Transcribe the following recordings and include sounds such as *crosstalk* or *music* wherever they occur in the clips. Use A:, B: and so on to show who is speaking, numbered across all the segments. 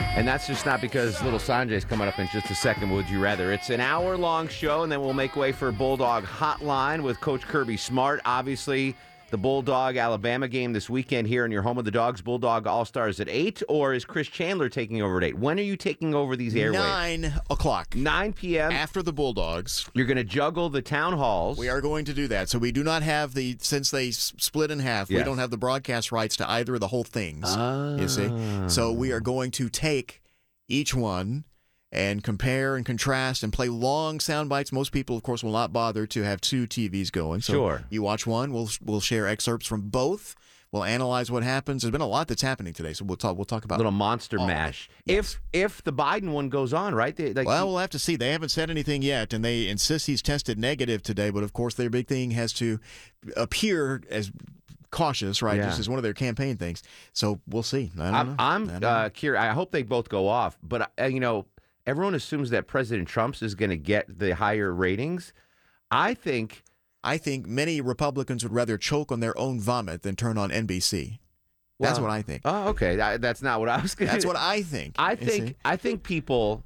A: And that's just not because Little Sanjay's coming up in just a second, would you rather? It's an hour long show, and then we'll make way for Bulldog Hotline with Coach Kirby Smart. Obviously, the Bulldog Alabama game this weekend here in your home of the Dogs. Bulldog All Stars at 8, or is Chris Chandler taking over at 8? When are you taking over these airwaves?
B: Nine o'clock
A: 9 p.m.
B: after the Bulldogs.
A: You're going to juggle the town halls.
B: We are going to do that. So we do not have the since they s- split in half.
A: Yes.
B: We don't have the broadcast rights to either of the whole things. You see,
A: Ah.
B: so we are going to take each one and compare and contrast and play long sound bites. Most people, of course, will not bother to have two TVs going. So
A: Sure.
B: you watch one. We'll we'll share excerpts from both. We'll analyze what happens. There's been a lot that's happening today, so we'll talk. We'll talk about
A: Little monster
B: All of it.
A: mash.
B: Yes.
A: If if the Biden one goes on, right? They, like,
B: Well, we'll have to see. They haven't said anything yet, and they insist he's tested negative today. But of course, their big thing has to appear as cautious, right?
A: Yeah.
B: This is one of their campaign things. So we'll see. I don't know.
A: I'm, I'm
B: I
A: uh,
B: don't know.
A: curious. I hope they both go off, but uh, you know, everyone assumes that President Trump's is going to get the higher ratings. I think
B: I think many Republicans would rather choke on their own vomit than turn on NBC. That's
A: Wow.
B: what I think.
A: Oh, okay. That, that's not what I was. Gonna, *laughs*
B: That's what I think.
A: I
B: You
A: think.
B: see?
A: I think people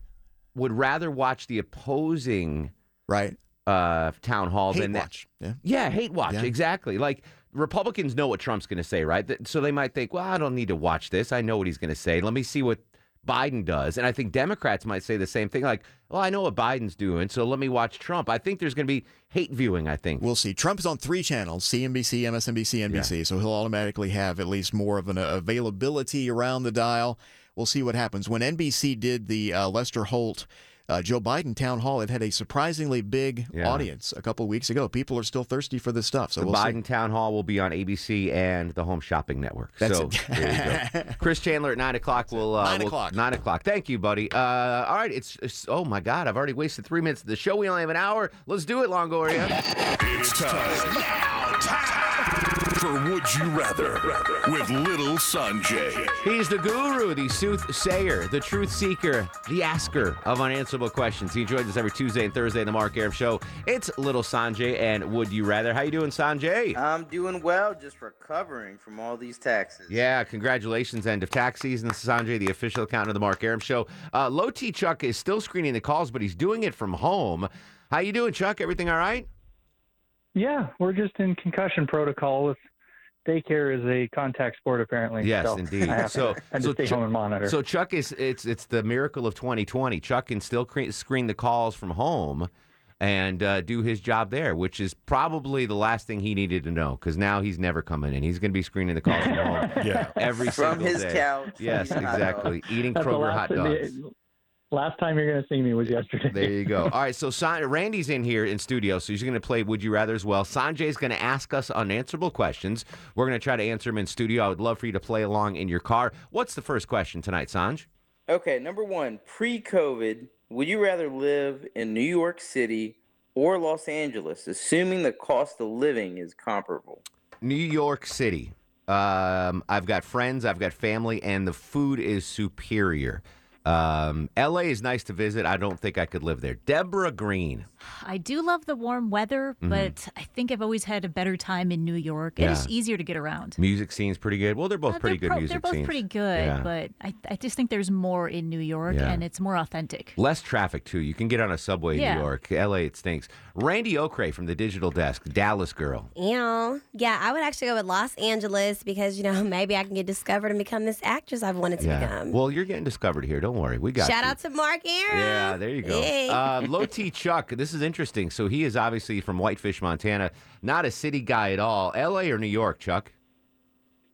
A: would rather watch the opposing
B: Right.
A: uh, town hall
B: Hate
A: than that.
B: watch. Yeah.
A: Yeah, hate watch.
B: Yeah.
A: Exactly. Like Republicans know what Trump's going to say, right? Th- So they might think, well, I don't need to watch this. I know what he's going to say. Let me see what Biden does. And I think Democrats might say the same thing, like, well, I know what Biden's doing, so let me watch Trump. I think there's going to be hate viewing, I think.
B: We'll see. Trump's on three channels: CNBC, MSNBC, NBC. So he'll automatically have at least more of an uh, availability around the dial. We'll see what happens. When NBC did the uh, Lester Holt, uh, Joe Biden town hall, it had a surprisingly big
A: Yeah.
B: audience a couple weeks ago. People are still thirsty for this stuff. So
A: the
B: we'll
A: Biden town hall will be on ABC and the Home Shopping Network.
B: That's
A: so
B: it.
A: there
B: *laughs*
A: you go. Chris Chandler at nine o'clock. Will uh,
B: Nine
A: will-
B: o'clock.
A: Nine o'clock. Thank you, buddy. Uh, all right. It's, it's oh my God. I've already wasted three minutes of the show. We only have an hour. Let's do it, Longoria.
B: *laughs*
C: It's time. Now, time for Would You Rather with Little Sanjay.
A: He's the guru, the soothsayer, the truth seeker, the asker of unanswerable questions. He joins us every Tuesday and Thursday in the Mark Aram Show. It's Little Sanjay and Would You Rather. How you doing, Sanjay?
D: I'm doing well, just recovering from all these taxes.
A: yeah, congratulations, end of tax season, Sanjay, the official accountant of the Mark Aram Show. Uh, Low T Chuck is still screening the calls, but he's doing it from home. How you doing, Chuck? Everything all right?
E: Yeah, we're just in concussion protocol. With daycare is a contact sport, apparently.
A: Yes,
E: so
A: indeed.
E: I have
A: So-
E: I just
A: so
E: stay
A: Ju-
E: home and monitor.
A: So Chuck is it's it's the miracle of 2020. Chuck can still cre- screen the calls from home and uh, do his job there, which is probably the last thing he needed to know because now he's never coming in. He's going to be screening the calls from home
D: *laughs*
C: Yeah.
A: every
D: From
A: single
D: his
A: day.
D: couch. *laughs*
A: Yes,
D: eating hot dogs.
A: exactly. Eating
E: That's the
A: Kroger hot
E: last,
A: dogs.
E: the- last time you're going to see me was yesterday.
A: There you go. All right, so San- Randy's in here in studio, so he's going to play Would You Rather as well. Sanjay's going to ask us unanswerable questions. We're going to try to answer them in studio. I would love for you to play along in your car. What's the first question tonight, Sanj?
D: Okay, number one, pre COVID, would you rather live in New York City or Los Angeles, assuming the cost of living is comparable?
A: New York City. Um, I've got friends, I've got family, and the food is superior. Um, LA is nice to visit. I don't think I could live there. Deborah Green.
F: I do love the warm weather,
A: Mm-hmm.
F: but I think I've always had a better time in New York. It is
A: Yeah.
F: easier to get around.
A: Music scene's pretty good. Well, they're both
F: Uh,
A: pretty
F: they're
A: good
F: pro-
A: music
F: They're both
A: scenes.
F: pretty good,
A: Yeah.
F: but I, I just think there's more in New York
A: Yeah.
F: and it's more authentic.
A: Less traffic, too. You can get on a subway in
F: Yeah.
A: New York. LA, it stinks. Randy Okray from the Digital Desk, Dallas girl.
G: You know, yeah, I would actually go with Los *laughs* Angeles because, you know, maybe I can get discovered and become this actress I've wanted to become.
A: Well, you're getting discovered here. Don't Don't worry, we got
G: Shout
A: you.
G: out to Mark Aaron.
A: Yeah, there you go.
G: Hey.
A: Uh,
G: *laughs*
A: Low T Chuck, this is interesting. So he is obviously from Whitefish, Montana. Not a city guy at all. L.A. or New York, Chuck?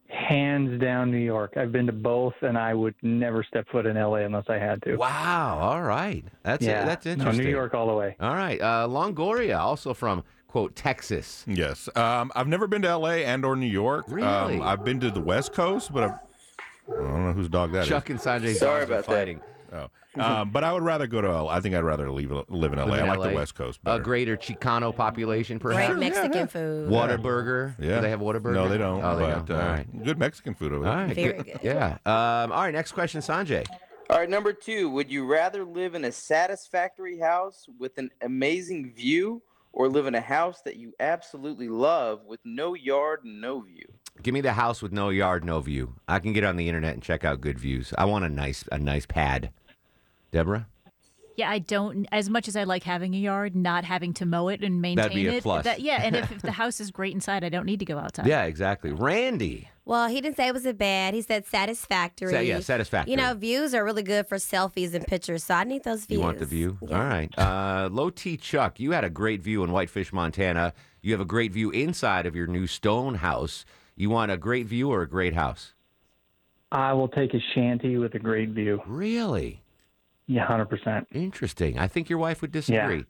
E: Hands down, New York. I've been to both, and I would never step foot in LA unless I had to.
A: Wow. All right. That's
E: yeah,
A: that's
E: No,
A: interesting.
E: New York all the way.
A: All right. Uh, Longoria, also from quote Texas.
H: Yes. Um, I've never been to L.A. and or New York.
A: Really?
H: Um, I've been to the West Coast, but I've, I don't know whose dog that is.
A: Chuck and Sanjay.
D: Sorry
A: dogs are
D: about that.
A: fighting.
H: Oh. Um, but I would rather go to. L- I think I'd rather leave, live in L.A.
A: Live in
H: I like
A: LA.
H: the West Coast
A: A
H: better.
A: greater Chicano population,
G: Great
A: *laughs* perhaps.
G: Mexican food.
A: Waterburger.
H: Yeah.
A: Do they have Waterburger?
H: No, they don't.
A: Oh, they
H: but
A: don't.
H: Uh,
A: all right.
H: good Mexican food over
A: All
H: there.
A: right.
G: Very good.
A: Yeah. Um, all right. Next question, Sanjay.
D: All right, number two. Would you rather live in a satisfactory house with an amazing view or live in a house that you absolutely love with no yard and no view?
A: Give me the house with no yard, no view. I can get on the internet and check out good views. I want a nice, a nice pad. Deborah,
F: Yeah, I don't. As much as I like having a yard, not having to mow it and maintain
A: That'd be a
F: it.
A: plus.
F: That, yeah, and
A: *laughs*
F: if, if the house is great inside, I don't need to go outside.
A: yeah, exactly. Randy,
G: Well, he didn't say it was a bad. He said satisfactory.
A: Sa- yeah, satisfactory.
G: You know, views are really good for selfies and pictures, so I need those views.
A: you want the view?
G: Yeah.
A: All right. Uh, Low T Chuck, you had a great view in Whitefish, Montana. You have a great view inside of your new stone house. You want a great view or a great house?
E: I will take a shanty with a great view.
A: Really
E: Yeah, hundred percent.
A: interesting. I think your wife would disagree.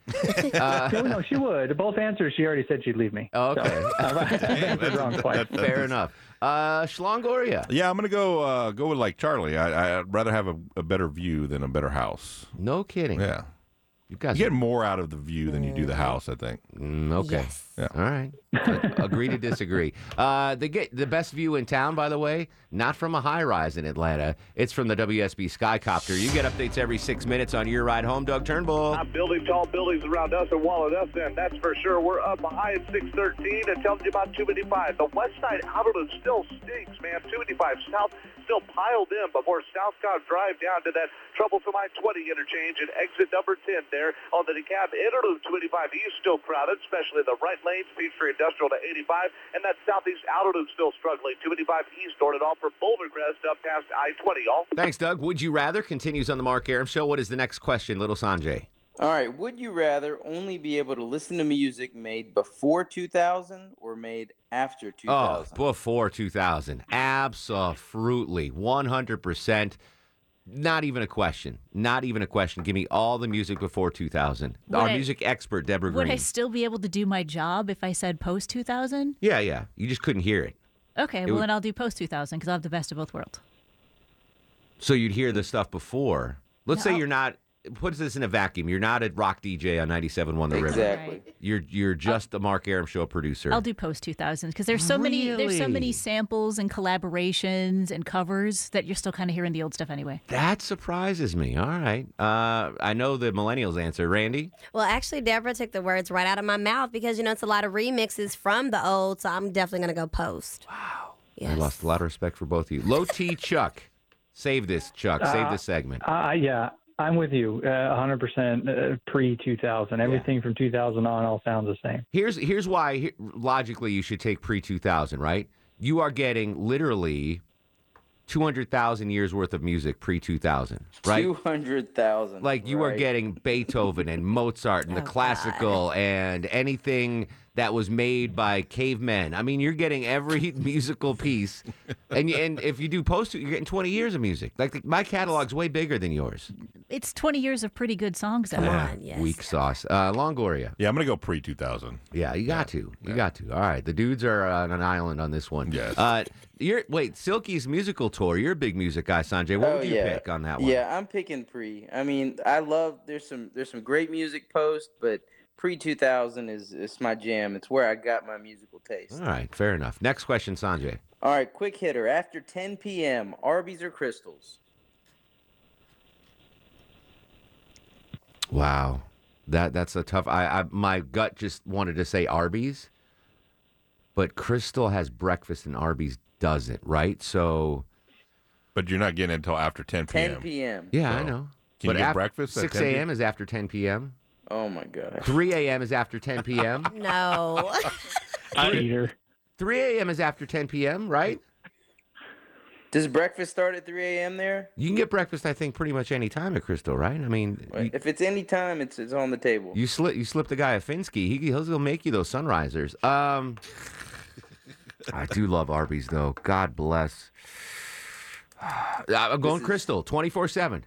A: Uh,
E: *laughs*
A: Oh,
E: No, no, she would. Both answers. She already said she'd leave me.
A: okay,
G: *laughs*
A: *laughs*
H: *laughs*
E: That's wrong twice.
A: fair enough. Uh, Shlongoria.
H: Yeah, I'm gonna go uh, go with like Charlie. I, I'd rather have a, a better view than a better house.
A: No kidding.
H: Yeah,
A: You guys
H: you get more out of the view than you do the house. I think.
A: Mm, okay.
H: Yeah.
A: All right. Agree to
H: *laughs*
A: disagree. Uh, they get the best view in town, by the way, not from a high rise in Atlanta. It's from the WSB Skycopter. You get updates every six minutes on your ride home. Doug Turnbull.
G: Ah.
I: building tall buildings around us and walled us in, that's for sure. We're up high at 613 and tells you about 285. The west side Alberta still stinks, man. 285 south still piled in before Southcott Drive down to that troublesome I-20 interchange and exit number 10 there on the DeKalb Interloop 285 east still crowded, especially the right lanes, Peachtree Industrial to 85, and that southeast Alberta still struggling. 285 east ordered off for Boulder Crest up past I-20. All
A: Thanks, Doug. Would you rather continues on the Mark Aram Show. What is the next question, little Sanjay?
D: All right. Would you rather only be able to listen to music made before 2000 or made after
A: Oh,
D: 2000?
A: before 2000. Absolutely. 100%. Not even a question. Not even a question. Give me all the music before 2000.
F: Would
A: Our
F: I-
A: music expert, Deborah
F: Would
A: Green.
F: I still be able to do my job if I said post 2000?
A: yeah, yeah. You just couldn't hear it.
F: Okay, well
A: would-
F: then I'll do post 2000 because I'll have the best of both worlds.
A: So you'd hear the stuff before. Let's say
F: No.
A: you're not. Put this in a vacuum. You're not a rock DJ on 97.1 The River.
D: exactly.
A: You're you're just a Mark Aram show producer.
F: I'll do post 2000 because there's so many there's so
A: Really?
F: many samples and collaborations and covers that you're still kind of hearing the old stuff anyway.
A: that surprises me. All right. Uh, I know the millennials answer. Randy,
G: Well, actually, Deborah took the words right out of my mouth because you know it's a lot of remixes from the old, so I'm definitely gonna go post. Wow. Yes.
A: I lost a lot of respect for both of you. Low T Chuck, save this Chuck. Save this segment.
E: Uh, yeah, I'm with you. Uh, hundred percent uh, pre 2000. Everything from 2000 on all sounds the same.
A: Here's here's why he- logically you should take pre 2000. Right. You are getting literally. 200,000 years worth of music pre 2000, right?
D: 200,000.
A: Like you are
D: right?
A: getting Beethoven and Mozart and the classical and anything that was made by cavemen. I mean, you're getting every *laughs* musical piece, and you, and if you do post, you're getting 20 years of music. Like the, my catalog's way bigger than yours.
F: It's 20 years of pretty good songs. Though.
G: Yeah. on, yes.
A: Weak sauce. Uh, Longoria.
H: Yeah, I'm gonna go pre 2000.
A: Yeah, you got to. You got to. All right, the dudes are on an island on this one.
H: Yes.
A: Uh, you're wait, Silky's musical tour. You're a big music guy, Sanjay. What
H: Oh,
A: would you pick on that one?
D: Oh, Yeah, I'm picking pre. I mean, I love there's some there's some great music post, but pre 2000 is it's my jam. It's where I got my musical taste.
A: All right, fair enough. Next question, Sanjay.
D: All right, quick hitter. After 10 p.m., Arby's or Crystals?
A: Wow, that that's a tough. I, I my gut just wanted to say Arby's, but Crystal has breakfast and Arby's doesn't, right? So
H: But you're not getting it until after 10 p.m.
D: 10 p.m.
A: yeah, I
H: So,
A: know.
H: can you get
A: af-
H: breakfast at
A: Six
H: 10 p.m.?
A: a.m. is after 10 p.m.
D: Oh my gosh.
A: 3 a.m. is after 10 p.m.
G: No. *laughs*
A: 3
E: Cheater.
A: 3 a.m. is after 10 p.m. Right?
D: Does breakfast start at 3 a.m. there?
A: You can get breakfast, I think, pretty much any time at Crystal, right? I mean, you,
D: If it's any time, it's it's on the table.
A: you slip you slip the guy a Finsky, he, he'll, he'll make you those sunrisers. Um, I do love Arby's though. God bless. *sighs* I'm going Crystal, 24 seven.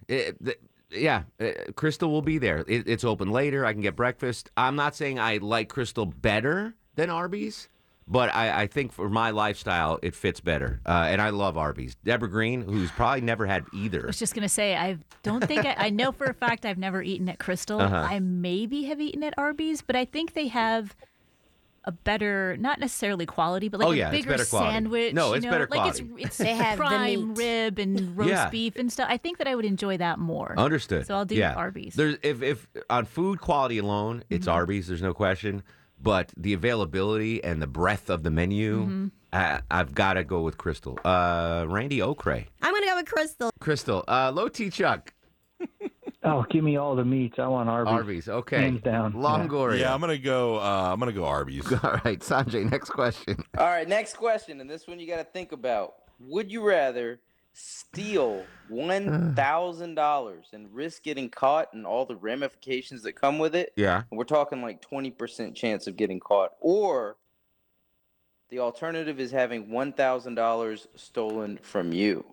A: Yeah, uh, Crystal will be there. It, it's open later. I can get breakfast. I'm not saying I like Crystal better than Arby's, but I, I think for my lifestyle, it fits better. Uh, and I love Arby's. Deborah Green, who's probably never had
F: I
A: either.
F: was just gonna say I don't think I, I know for a fact I've never eaten at Crystal.
A: Uh-huh.
F: I maybe have eaten at Arby's, but I think they have a better, not necessarily quality, but like
A: Oh,
F: a
A: yeah, it's
F: bigger
A: better quality.
F: sandwich.
A: No,
F: you
A: it's
F: know?
A: better
F: like
A: quality.
F: It's, it's *laughs*
G: They have the
F: prime
G: meat.
F: rib and roast
A: Yeah.
F: beef and stuff. I think that I would enjoy that more.
A: Understood.
F: So I'll do
A: yeah.
F: Arby's. Mm-hmm.
A: There's if if on food quality alone, it's Arby's. There's no question. But the availability and the breadth of the menu,
F: Mm-hmm.
A: I, I've got to go with Crystal. Uh, Randy Okray,
G: I'm gonna go with Crystal.
A: Crystal, uh, low T Chuck,
E: Oh, give me all the meats. I want Arby's.
A: Arby's. Okay,
E: Hands down.
A: Longoria.
H: Yeah, I'm gonna go. Uh, I'm gonna go Arby's.
A: *laughs* All right, Sanjay. Next question.
D: All right, next question, and this one you got to think about. Would you rather steal
A: *sighs*
D: one thousand dollars and risk getting caught and all the ramifications that come with it?
A: Yeah.
D: And we're talking like twenty percent chance of getting caught, or the alternative is having one thousand dollars stolen from you.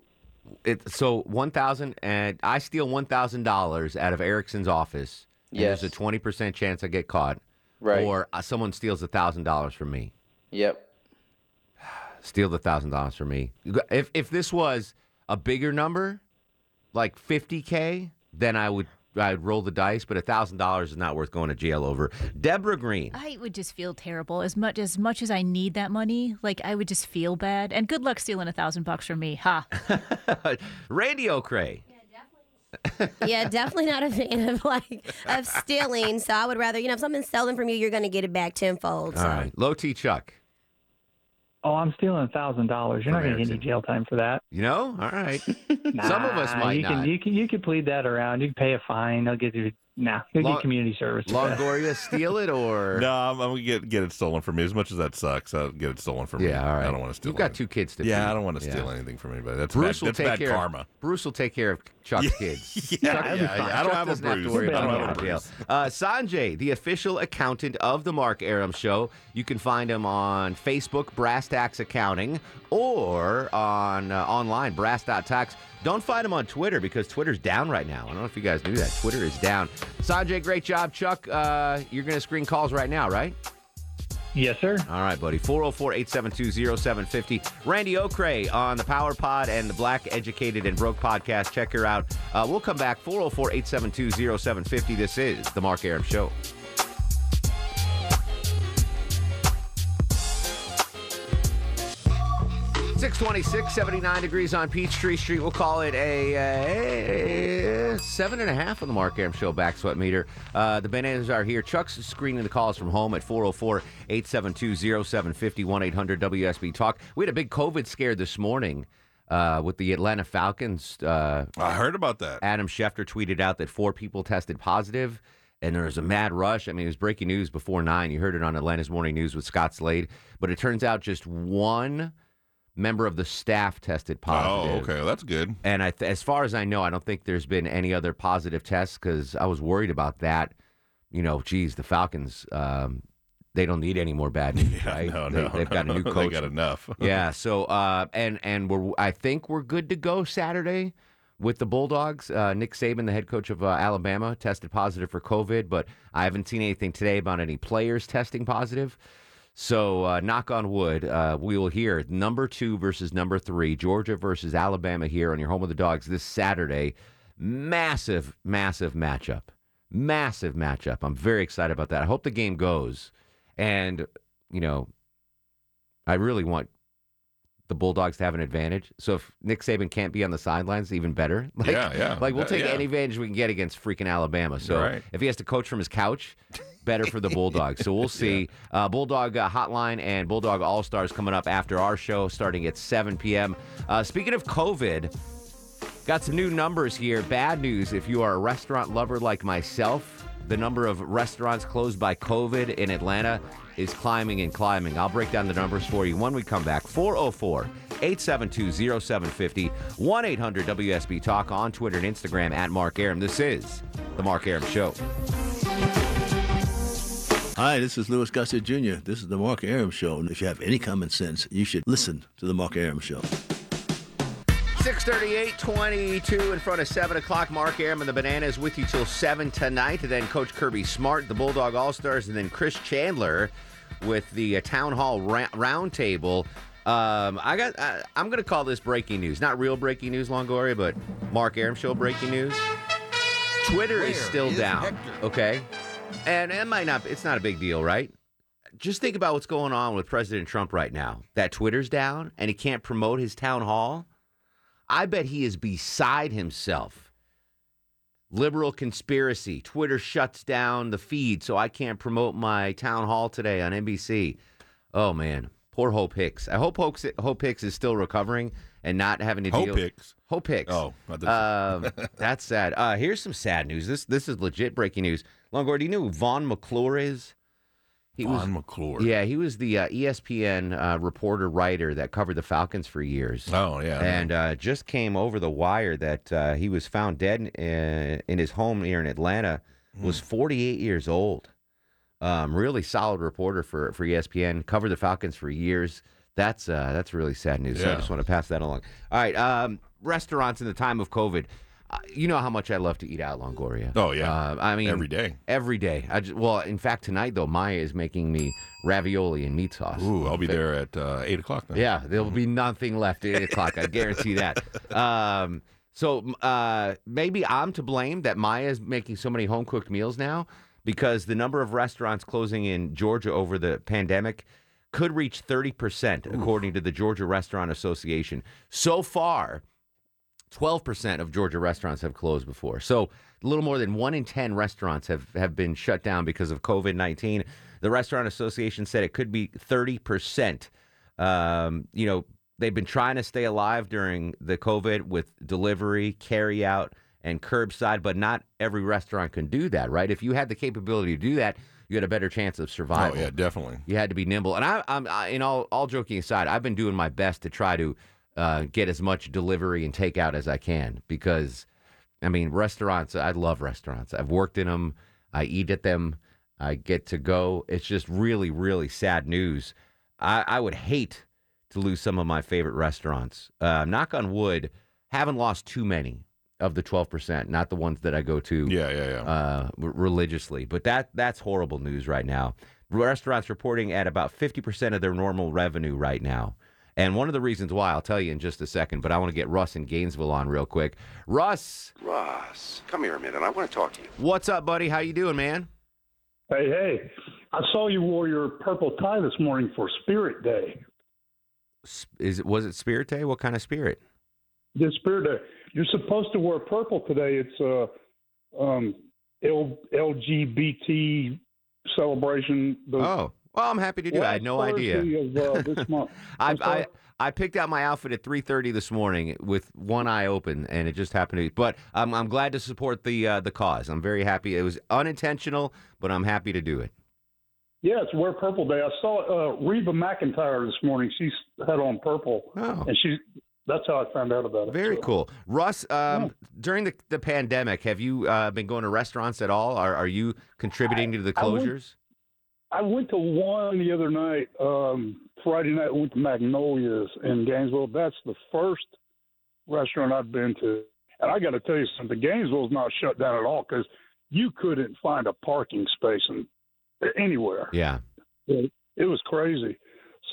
A: It, so one thousand, and I steal one thousand dollars out of Erickson's office. and
D: Yes.
A: There's a twenty percent chance I get caught,
D: Right.
A: or uh, someone steals a thousand dollars from me.
D: Yep.
A: steal the thousand dollars from me. If if this was a bigger number, like fifty k, then I would I'd roll the dice. But a thousand dollars is not worth going to jail over. Deborah Green. *laughs*
F: I would just feel terrible as much as much as I need that money. Like I would just feel bad. And good luck stealing a thousand bucks from me, ha!
A: Randy O'Cray.
G: Yeah, definitely not a fan of like of stealing. So I would rather, you know, if something's stolen from you, you're gonna get it back tenfold.
A: All
G: so.
A: right. Low T Chuck.
E: Oh, I'm stealing a thousand dollars. You're not
A: From
E: going to get any
A: Erickson.
E: jail time for that.
A: You know? All right. *laughs* Some of us
E: Nah,
A: might
E: you
A: not.
E: Can, you can you can plead that around. You can pay a fine. They'll give you nah. You'll
A: Long-
E: get community service. for that.
A: Longoria, steal it or
H: *laughs* No, I'm, I'm gonna get get it stolen from me. As much as that sucks, I'll get it stolen from me.
A: Yeah, all right.
H: I don't want to steal.
A: You've got
H: anything.
A: two kids to
H: Yeah,
A: feed.
H: I don't want to
A: Yeah.
H: steal anything from anybody. That's
A: Bruce
H: bad,
A: will
H: that's
A: take
H: bad
A: care
H: karma.
A: *laughs* Of, Bruce will take care of Chuck's
H: *laughs*
A: kids. *laughs*
H: Yeah,
A: Chuck will be
H: yeah,
A: fine.
H: yeah. I don't
A: Chuck
H: have a
A: doesn't to
H: Bruce.
A: worry
E: I don't
A: about
E: have a
A: going to jail. Uh, Sanjay, the official accountant of the Mark Aram Show. You can find him on Facebook, Brass Tax Accounting, or on uh, online, brass.tax. Don't find him on Twitter because Twitter's down right now. I don't know if you guys knew that. Twitter is down. Sanjay, great job. Chuck, uh, you're going to screen calls right now, right?
E: Yes, sir.
A: All right, buddy. 404 872 0750. Randy Okray on the Power Pod and the Black Educated and Broke podcast. Check her out. Uh, we'll come back 404 872 0750. This is The Mark Aram Show. Six twenty-six, seventy-nine degrees on Peachtree Street. We'll call it a, uh seven and a half on the Mark Aram Show back sweat meter. Uh, the bananas are here. Chuck's screening the calls from home at 404 872 0750 800 WSB Talk. We had a big COVID scare this morning uh, with the Atlanta Falcons uh,
H: I heard about that.
A: Adam Schefter tweeted out that four people tested positive, and there was a mad rush. I mean, it was breaking news before nine. You heard it on Atlanta's Morning News with Scott Slade, but it turns out just one member of the staff tested
H: Oh,
A: positive.
H: okay, well, that's good. *laughs*
A: And I th- as far as I know, I don't think there's been any other positive tests because I was worried about that. You know, geez, the Falcons, um, they don't need any more bad news,
H: *laughs* Yeah,
A: right?
H: no,
A: they,
H: no,
A: they've got a
H: no.
A: new
H: *laughs* They
A: coach
H: got enough. *laughs*
A: yeah. So uh, and and we're I think we're good to go Saturday with the Bulldogs. Uh, Nick Saban, the head coach of uh, Alabama, tested positive for COVID, but I haven't seen anything today about any players testing positive. So uh, knock on wood, uh, we will hear number two versus number three, Georgia versus Alabama here on your home of the dogs this Saturday. Massive, massive matchup. Massive matchup. I'm very excited about that. I hope the game goes. And, you know, I really want the Bulldogs to have an advantage. So if Nick Saban can't be on the sidelines, even better. *laughs* Like,
H: Yeah, yeah.
A: Like we'll
H: Yeah,
A: take
H: yeah.
A: any advantage we can get against freaking Alabama. So
H: Right.
A: if he has to coach from his couch, better for the Bulldogs.
H: *laughs*
A: So we'll see. Uh, Bulldog uh, Hotline and Bulldog All Stars coming up after our show, starting at 7 p.m. Uh, speaking of COVID, Got some new numbers here. Bad news if you are a restaurant lover like myself. The number of restaurants closed by COVID oh in Atlanta is climbing and climbing. I'll break down the numbers for you when we come back. 404 872-0750, 1-800-WSB-TALK on Twitter and Instagram at Mark Aram. This is The Mark Aram Show.
J: Hi, this is Louis Gossett Jr. This is The Mark Aram Show. And if you have any common sense, you should listen to The Mark Aram Show.
A: 638, 22 in front of 7 o'clock. Mark Aram and the Bananas with you till 7 tonight. And then Coach Kirby Smart, the Bulldog All Stars, and then Chris Chandler with the uh, Town Hall ra- Roundtable. Um, I got. I, I'm going to call this breaking news. Not real breaking news, Longoria, but Mark Aram Show breaking news. Twitter is
K: Where
A: still
K: is
A: down.
K: Hector?
A: Okay, and it might not. It's not a big deal, right? Just think about what's going on with President Trump right now. That Twitter's down, and he can't promote his town hall. I bet he is beside himself. Liberal conspiracy. Twitter shuts down the feed, so I can't promote my town hall today on NBC. Oh man, poor Hope Hicks. I hope Hope, Hope Hicks is still recovering and not having to
H: Hope
A: deal.
H: Hicks?
A: Hope Hicks.
H: Oh, I thought
A: um,
H: *laughs*
A: that's sad. Uh, here's some sad news. This this is legit breaking news. Longor, do you know who Vaughn McClure is? He
H: Vaughn
A: McClure. Yeah, he was the uh, ESPN uh, reporter writer that covered the Falcons for years.
H: Oh, yeah.
A: And uh, just came over the wire that uh, he was found dead in, uh, in his home here in Atlanta.
H: Hmm.
A: Was 48 years old. Um, really solid reporter for E for ESPN. Covered the Falcons for years. That's uh, that's really sad news. So I
H: Yeah.
A: just want to pass that along. All right, um, restaurants in the time of COVID. Uh, you know how much I love to eat out, Longoria. Oh yeah, uh, I mean
H: Every day.
A: every day. I just, well, in fact, tonight though, Maya is making me ravioli and meat sauce.
H: Ooh, I'll be there at uh, 8 o'clock then.
A: Yeah, there'll be nothing left at eight o'clock. I guarantee that. Um, so m- uh, maybe I'm to blame that Maya's making so many home cooked meals now because the number of restaurants closing in Georgia over the pandemic could reach 30%, according to the Georgia Restaurant Association. So far, 12% of Georgia restaurants have closed before. So a little more than one in 10 restaurants have, have been shut down because of COVID 19. The Restaurant Association said it could be 30%. Um, you know, they've been trying to stay alive during the COVID with delivery, carry out, and curbside, but not every restaurant can do that, right? If you had the capability to do that, you had a better chance of survival.
H: Oh, yeah, definitely.
A: You had to be nimble. And I, I'm, I, in all, all joking aside, I've been doing my best to try to uh, get as much delivery and takeout as I can because, I mean, restaurants, I love restaurants. I've worked in them, I eat at them, I get to go. It's just really, really sad news. I, I would hate to lose some of my favorite restaurants. Uh, knock on wood, haven't lost too many of the 12%, not the ones that I go to
H: yeah, yeah, yeah.
A: Uh, r- religiously. But that that's horrible news right now. Restaurants reporting at about 50% of their normal revenue right now. And one of the reasons why, I'll tell you in just a second, but I want to get Russ in Gainesville on real quick. Russ,
L: Ross, come here a minute. I want to talk to you.
A: what's up, buddy? How you doing, man?
M: Hey, hey. I saw you wore your purple tie this morning for Spirit Day.
A: Is it was it Spirit Day? What kind of spirit?
M: This Spirit Day. You're supposed to wear purple today. It's uh, um, L- LGBT celebration. The
A: Oh, well, I'm happy to do. it. I had no
M: last
A: idea.
M: Thursday Of, uh,
A: *laughs*
M: this month.
A: I,
M: I'm sorry.
A: I I picked out my outfit at 3:30 this morning with one eye open, and it just happened to. But I'm I'm glad to support the uh, the cause. I'm very happy. It was unintentional, but I'm happy to do it.
M: Yeah, it's Wear Purple Day. I saw uh, Reba McIntyre this morning. She had on purple, and she. That's how I found out about it.
A: Oh, Very
M: So-
A: cool, Russ. Um, During the, the pandemic, have you uh, been going to restaurants at all? Are are you contributing to the
M: I went-
A: closures?
M: I went to one the other night, um, Friday night. I went to Magnolia's in Gainesville. That's the first restaurant I've been to, and I got to tell you something. Gainesville's not shut down at all because you couldn't find a parking space in, anywhere.
A: Yeah.
M: It, it was crazy.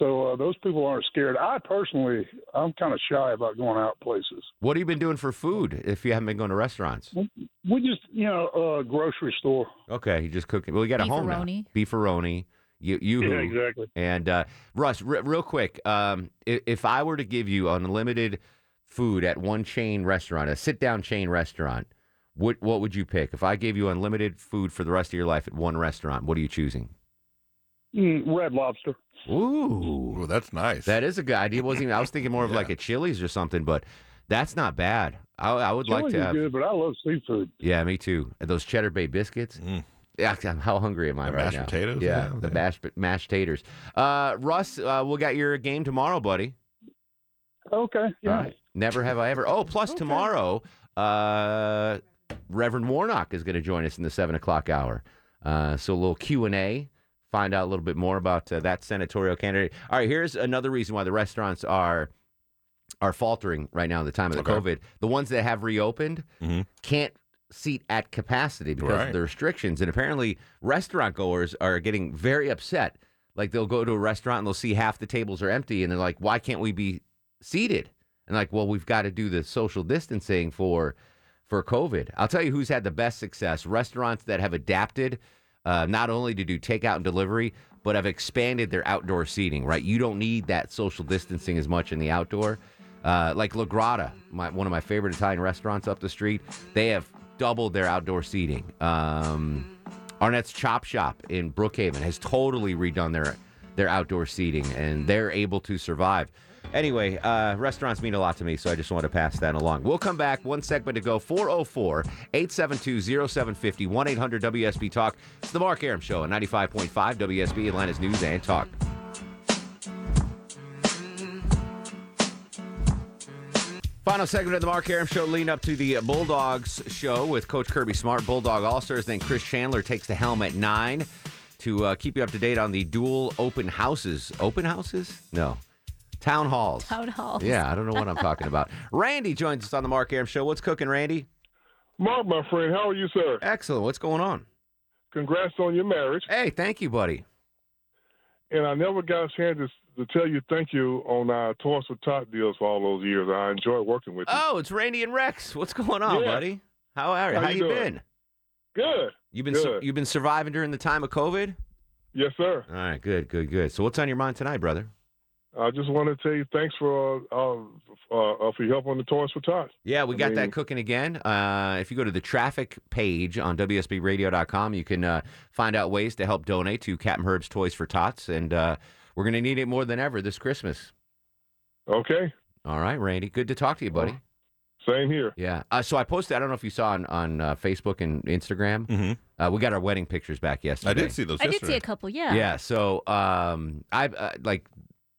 M: So uh, those people aren't scared. I personally, I'm kind of shy about going out places.
A: What have you been doing for food? If you haven't been going to restaurants,
M: We just, you know, uh, grocery store.
A: okay, you just cooking. Well, you got a home now.
M: Beefaroni.
A: Beefaroni. You, you
M: Yeah,
A: who.
M: exactly.
A: And uh, Russ, re- real quick, um, if, if I were to give you unlimited food at one chain restaurant, a sit-down chain restaurant, what what would you pick? If I gave you unlimited food for the rest of your life at one restaurant, what are you choosing?
M: Mm, Red Lobster.
A: Ooh,
H: that's nice.
A: That is a good idea. Wasn't even, I was thinking more of like a Chili's or something, but that's not bad. I, I would like
M: Chili's
A: to
M: is
A: have.
M: good, but I love seafood.
A: Yeah, me too. And those cheddar bay biscuits.
H: Mm,
A: Yeah, *laughs* I'm- how hungry am I right
H: mashed
A: now?
H: potatoes?
A: Yeah,
H: Yeah,
A: the mashed mashed taters. Uh, Russ, uh, we'll get your game tomorrow, buddy.
M: Okay. Yeah.
A: Never have I ever. Oh, plus tomorrow, uh, Reverend Warnock is going to join us in the seven o'clock hour. Uh, so a little Q and A, find out a little bit more about uh, that senatorial candidate. All right, here's another reason why the restaurants are are faltering right now in the time of the COVID. The ones that have reopened
H: mm-hmm,
A: can't seat at capacity because of
H: Right.
A: the restrictions, and apparently restaurant goers are getting very upset. Like they'll go to a restaurant and they'll see half the tables are empty, and they're like, "Why can't we be seated?" And like, well, we've got to do the social distancing for for COVID. I'll tell you who's had the best success: restaurants that have adapted uh, not only to do takeout and delivery, but have expanded their outdoor seating. Right, you don't need that social distancing as much in the outdoor. Uh, like La Grotta, my, one of my favorite Italian restaurants up the street, they have doubled their outdoor seating. Um, Arnett's Chop Shop in Brookhaven has totally redone their their outdoor seating, and they're able to survive. Anyway, uh, restaurants mean a lot to me, so I just want to pass that along. We'll come back. One segment to go 404 872 0750 1 800 WSB Talk. It's the Mark Aram Show on 95.5 WSB, Atlanta's News and Talk. Final segment of the Mark Aram Show, leading up to the Bulldogs show with Coach Kirby Smart, Bulldog All Stars. Then Chris Chandler takes the helm at nine to uh, keep you up to date on the dual open houses. Open houses? No, town halls.
F: Town halls.
A: Yeah, I don't know what I'm talking
F: *laughs*
A: about. Randy joins us on the Mark Aram Show. What's cooking, Randy?
K: Mark, my friend, how are you, sir?
A: Excellent. What's going on?
K: Congrats on your marriage.
A: Hey, thank you, buddy.
K: And I never got a chance to, to tell you thank you on our Torso Top deals for all those years. I enjoy working with you.
A: Oh, it's Randy and Rex. What's going on,
K: Yeah.
A: buddy? How are you?
K: How
A: How,
K: you
A: you
K: doing?
A: been?
K: Good.
A: You've been sur-
K: Good.
A: you've been surviving during the time of COVID.
K: Yes, sir.
A: All right, good, good, good. So, what's on your mind tonight, brother?
K: I just want to tell you thanks for uh, uh, uh, for your help on the Torso for Tots.
A: Yeah, we
K: I
A: got
K: mean-
A: that cooking again. Uh, if you go to the traffic page on WSBRadio.com, you can uh, find out ways to help donate to Captain Herb's Toys for Tots. And uh, we're going to need it more than ever this Christmas.
K: Okay.
A: All right, Randy. Good to talk to you, buddy.
K: Same here.
A: Yeah. Uh, so I posted, I don't know if you saw on, on uh, Facebook and Instagram. Mm-hmm. Uh, we got our wedding pictures back yesterday.
F: I did see a couple. Yeah.
A: Yeah. So um, I uh, like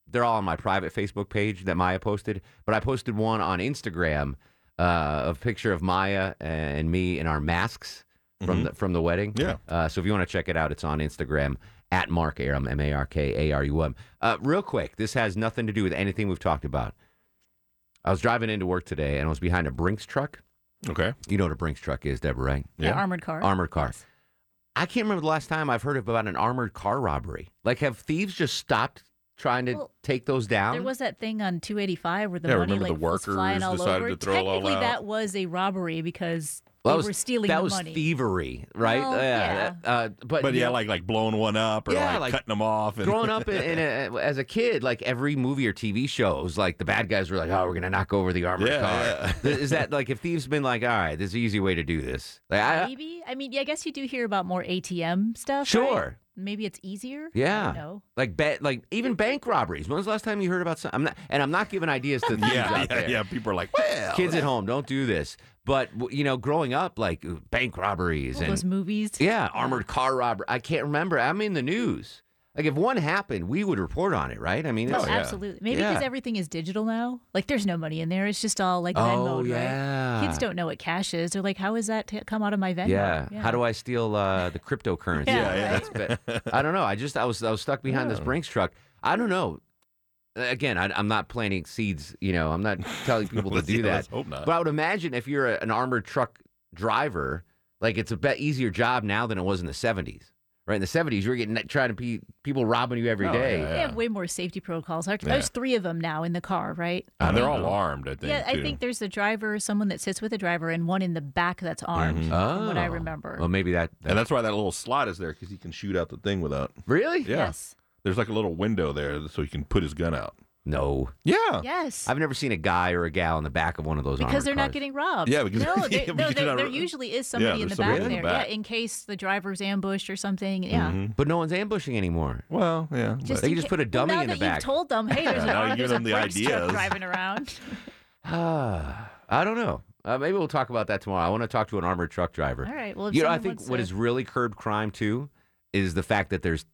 A: they're all on my private Facebook page that Maya posted, but I posted one on Instagram uh, of a picture of Maya and me in our masks
F: Mm-hmm.
A: from the, from the wedding. Yeah. Uh, so if you want to check it out, it's on Instagram at Mark Arum M A R K A R U M. Uh, real quick, this has nothing to do with anything we've talked about. I was driving into work today and I was behind a Brinks truck.
H: Okay.
A: You know what a Brinks truck is, Deborah, right?
F: Yeah. An armored car.
A: Armored car. I can't remember the last time I've heard about an armored car robbery. Like, have thieves just stopped trying to
F: Well,
A: take those down?
F: There was that thing on 285 where the
A: Yeah,
F: money
A: remember the
F: like was flying
A: workers
F: all
A: decided
F: over.
A: to throw it all
F: Technically,
A: out.
F: that was a robbery because
A: Well,
F: they
A: that was
F: were stealing
A: That
F: the
A: was
F: money.
A: thievery, right?
F: Well, yeah.
A: that- Uh, but
H: But
A: you
H: yeah,
A: know-
H: like *laughs* like blowing one up or
A: Yeah,
H: like,
A: like
H: cutting them off. And
A: growing up in, in
H: *laughs*
A: a, as a kid, like every movie or TV show, it was like the bad guys were like, "Oh, we're gonna knock over the armored
H: Yeah,
A: car." Is that like if thieves been like, "All right, there's an easy way to do this." Like, I,
F: Maybe. I mean, yeah, I guess you do hear about more ATM stuff. right?
A: Sure.
F: Maybe it's easier.
A: Yeah.
F: No.
A: Like ba- like even bank robberies. When was the last time you heard about some I'm not and I'm not giving ideas to thieves
H: *laughs* Yeah,
A: out
H: yeah,
A: there.
H: yeah. People are like, well,
A: kids at home, don't do this. But w- you know, growing up like ooh, bank robberies
F: All
A: and
F: those movies.
A: Yeah, armored car robbery. I can't remember. I'm in the news. Like if one happened, we would report on it, right? I mean,
F: Oh,
A: it's-
F: absolutely. Maybe
A: Yeah.
F: because everything is digital now. Like, there's no money in there. It's just all like Venmo,
A: Oh, yeah.
F: right? Kids don't know what cash is. They're like, how is that t- come out of my Venmo?
A: Yeah. How do I steal uh, the
H: *laughs*
A: cryptocurrency?
F: Yeah,
A: *laughs*
F: Yeah,
A: That's be- I don't know. I just I was I was stuck behind this Brinks truck. I don't know. Again, I, I'm not planting seeds. You know, I'm not telling people *laughs* to
H: Let's-
A: do
H: yeah,
A: that.
H: let's hope not.
A: But I would imagine if you're a, an armored truck driver, like it's a bet easier job now than it was in the '70s. Right in the '70s, you were getting trying to be people robbing you every
H: Oh,
A: day.
H: yeah,
F: They have way more safety protocols. Like,
A: Yeah.
F: There's three of them now in the car, right?
H: And they're all armed, I think.
F: yeah, I
H: too.
F: think there's a driver, someone that sits with a driver, and one in the back that's
A: Mm-hmm.
F: armed, from what I
H: Oh.
F: remember.
A: Well, maybe that,
H: and that's why that little slot is there because he can shoot out the thing without.
A: Really?
H: Yeah.
F: Yes.
H: There's like a little window there so he can put his gun out.
A: No.
H: Yeah.
F: Yes.
A: I've never seen a guy or a gal in the back of one of those
F: because
A: armored
F: they're not
A: cars.
F: getting robbed.
A: Yeah, because-
F: no,
A: *laughs*
F: they-
A: yeah,
F: no,
A: because
F: there,
A: you're not-
F: there usually is somebody
A: Yeah,
F: in the
A: there's
F: back
A: somebody in the
F: there.
A: back. Mm-hmm.
F: Yeah, in case the driver's ambushed or something. Yeah.
A: But no one's ambushing anymore.
H: Mm-hmm.
A: *sighs*
H: Well, yeah.
F: Just
A: they
F: in
A: can just
F: ca-
A: put a dummy
F: well, now
A: in the
F: that
A: back.
F: You've told
A: *laughs*
F: them, hey, there's, an,
A: Now you
F: oh,
A: give
F: there's
A: them
F: a
A: the
F: Brinks *laughs* truck
A: ideas. *laughs*
F: driving around.
A: Ah, I don't know. Uh, maybe we'll talk about that tomorrow. I want to talk to an armored truck driver.
F: All right, well, if
A: you know, I
F: someone
A: think
F: wants
A: what
F: to-
A: has really curbed crime too is the fact that there's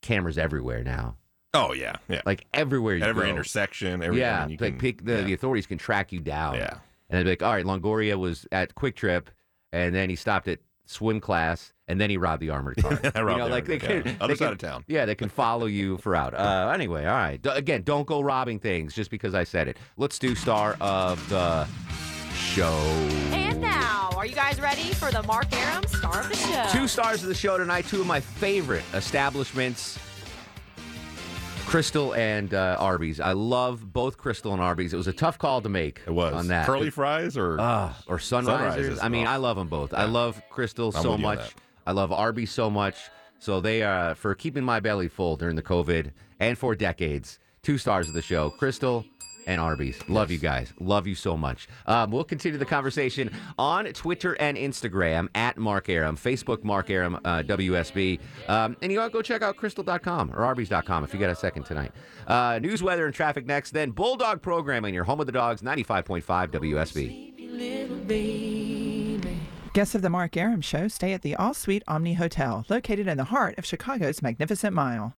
A: cameras everywhere now.
H: Oh yeah, yeah.
A: Like everywhere you
H: At every
A: go.
H: intersection, every- I
A: yeah,
H: mean, you
A: like
H: can-
A: pick the, the authorities can track you down. Yeah, and they'd be like, all right, Longoria was at Quick Trip, and then he stopped at swim class, and then he robbed the
H: *laughs*
A: armored car.
H: I
A: you
H: robbed
A: know,
H: the
A: like they
H: armored car.
A: can,
H: Other
A: they
H: side
A: can-
H: of town.
A: Yeah, they can follow you for out. Uh, anyway, all right. D- again, don't go robbing things just because I said it. Let's do star of the show.
N: And now, are you guys ready for the Mark Aram star of the show?
A: Two stars of the show tonight. Two of my favorite establishments. Crystal and uh, Arby's. I love both Crystal and Arby's. It was a tough call to make. It was on that
H: Curly fries or
A: Ah, or sunrises.
H: Sunrises.
A: I mean,
H: Oh.
A: I love them both. I love Crystal
H: I'm
A: so
H: with you on
A: much.
H: that.
A: I love Arby's so much. So they are for keeping my belly full during the COVID and for decades. Two stars of the show, Crystal and Arby's. Love you guys. Love you so much. Um, we'll continue the conversation on Twitter and Instagram at Mark Aram, Facebook Mark Aram uh, WSB. Um, and you ought to go check out crystal.com or arby's.com if you got a second tonight. Uh, news, weather, and traffic next. Then Bulldog programming, your home of the dogs, 95.5 WSB.
O: Guests of the Mark Aram Show stay at the All Suite Omni Hotel, located in the heart of Chicago's Magnificent Mile.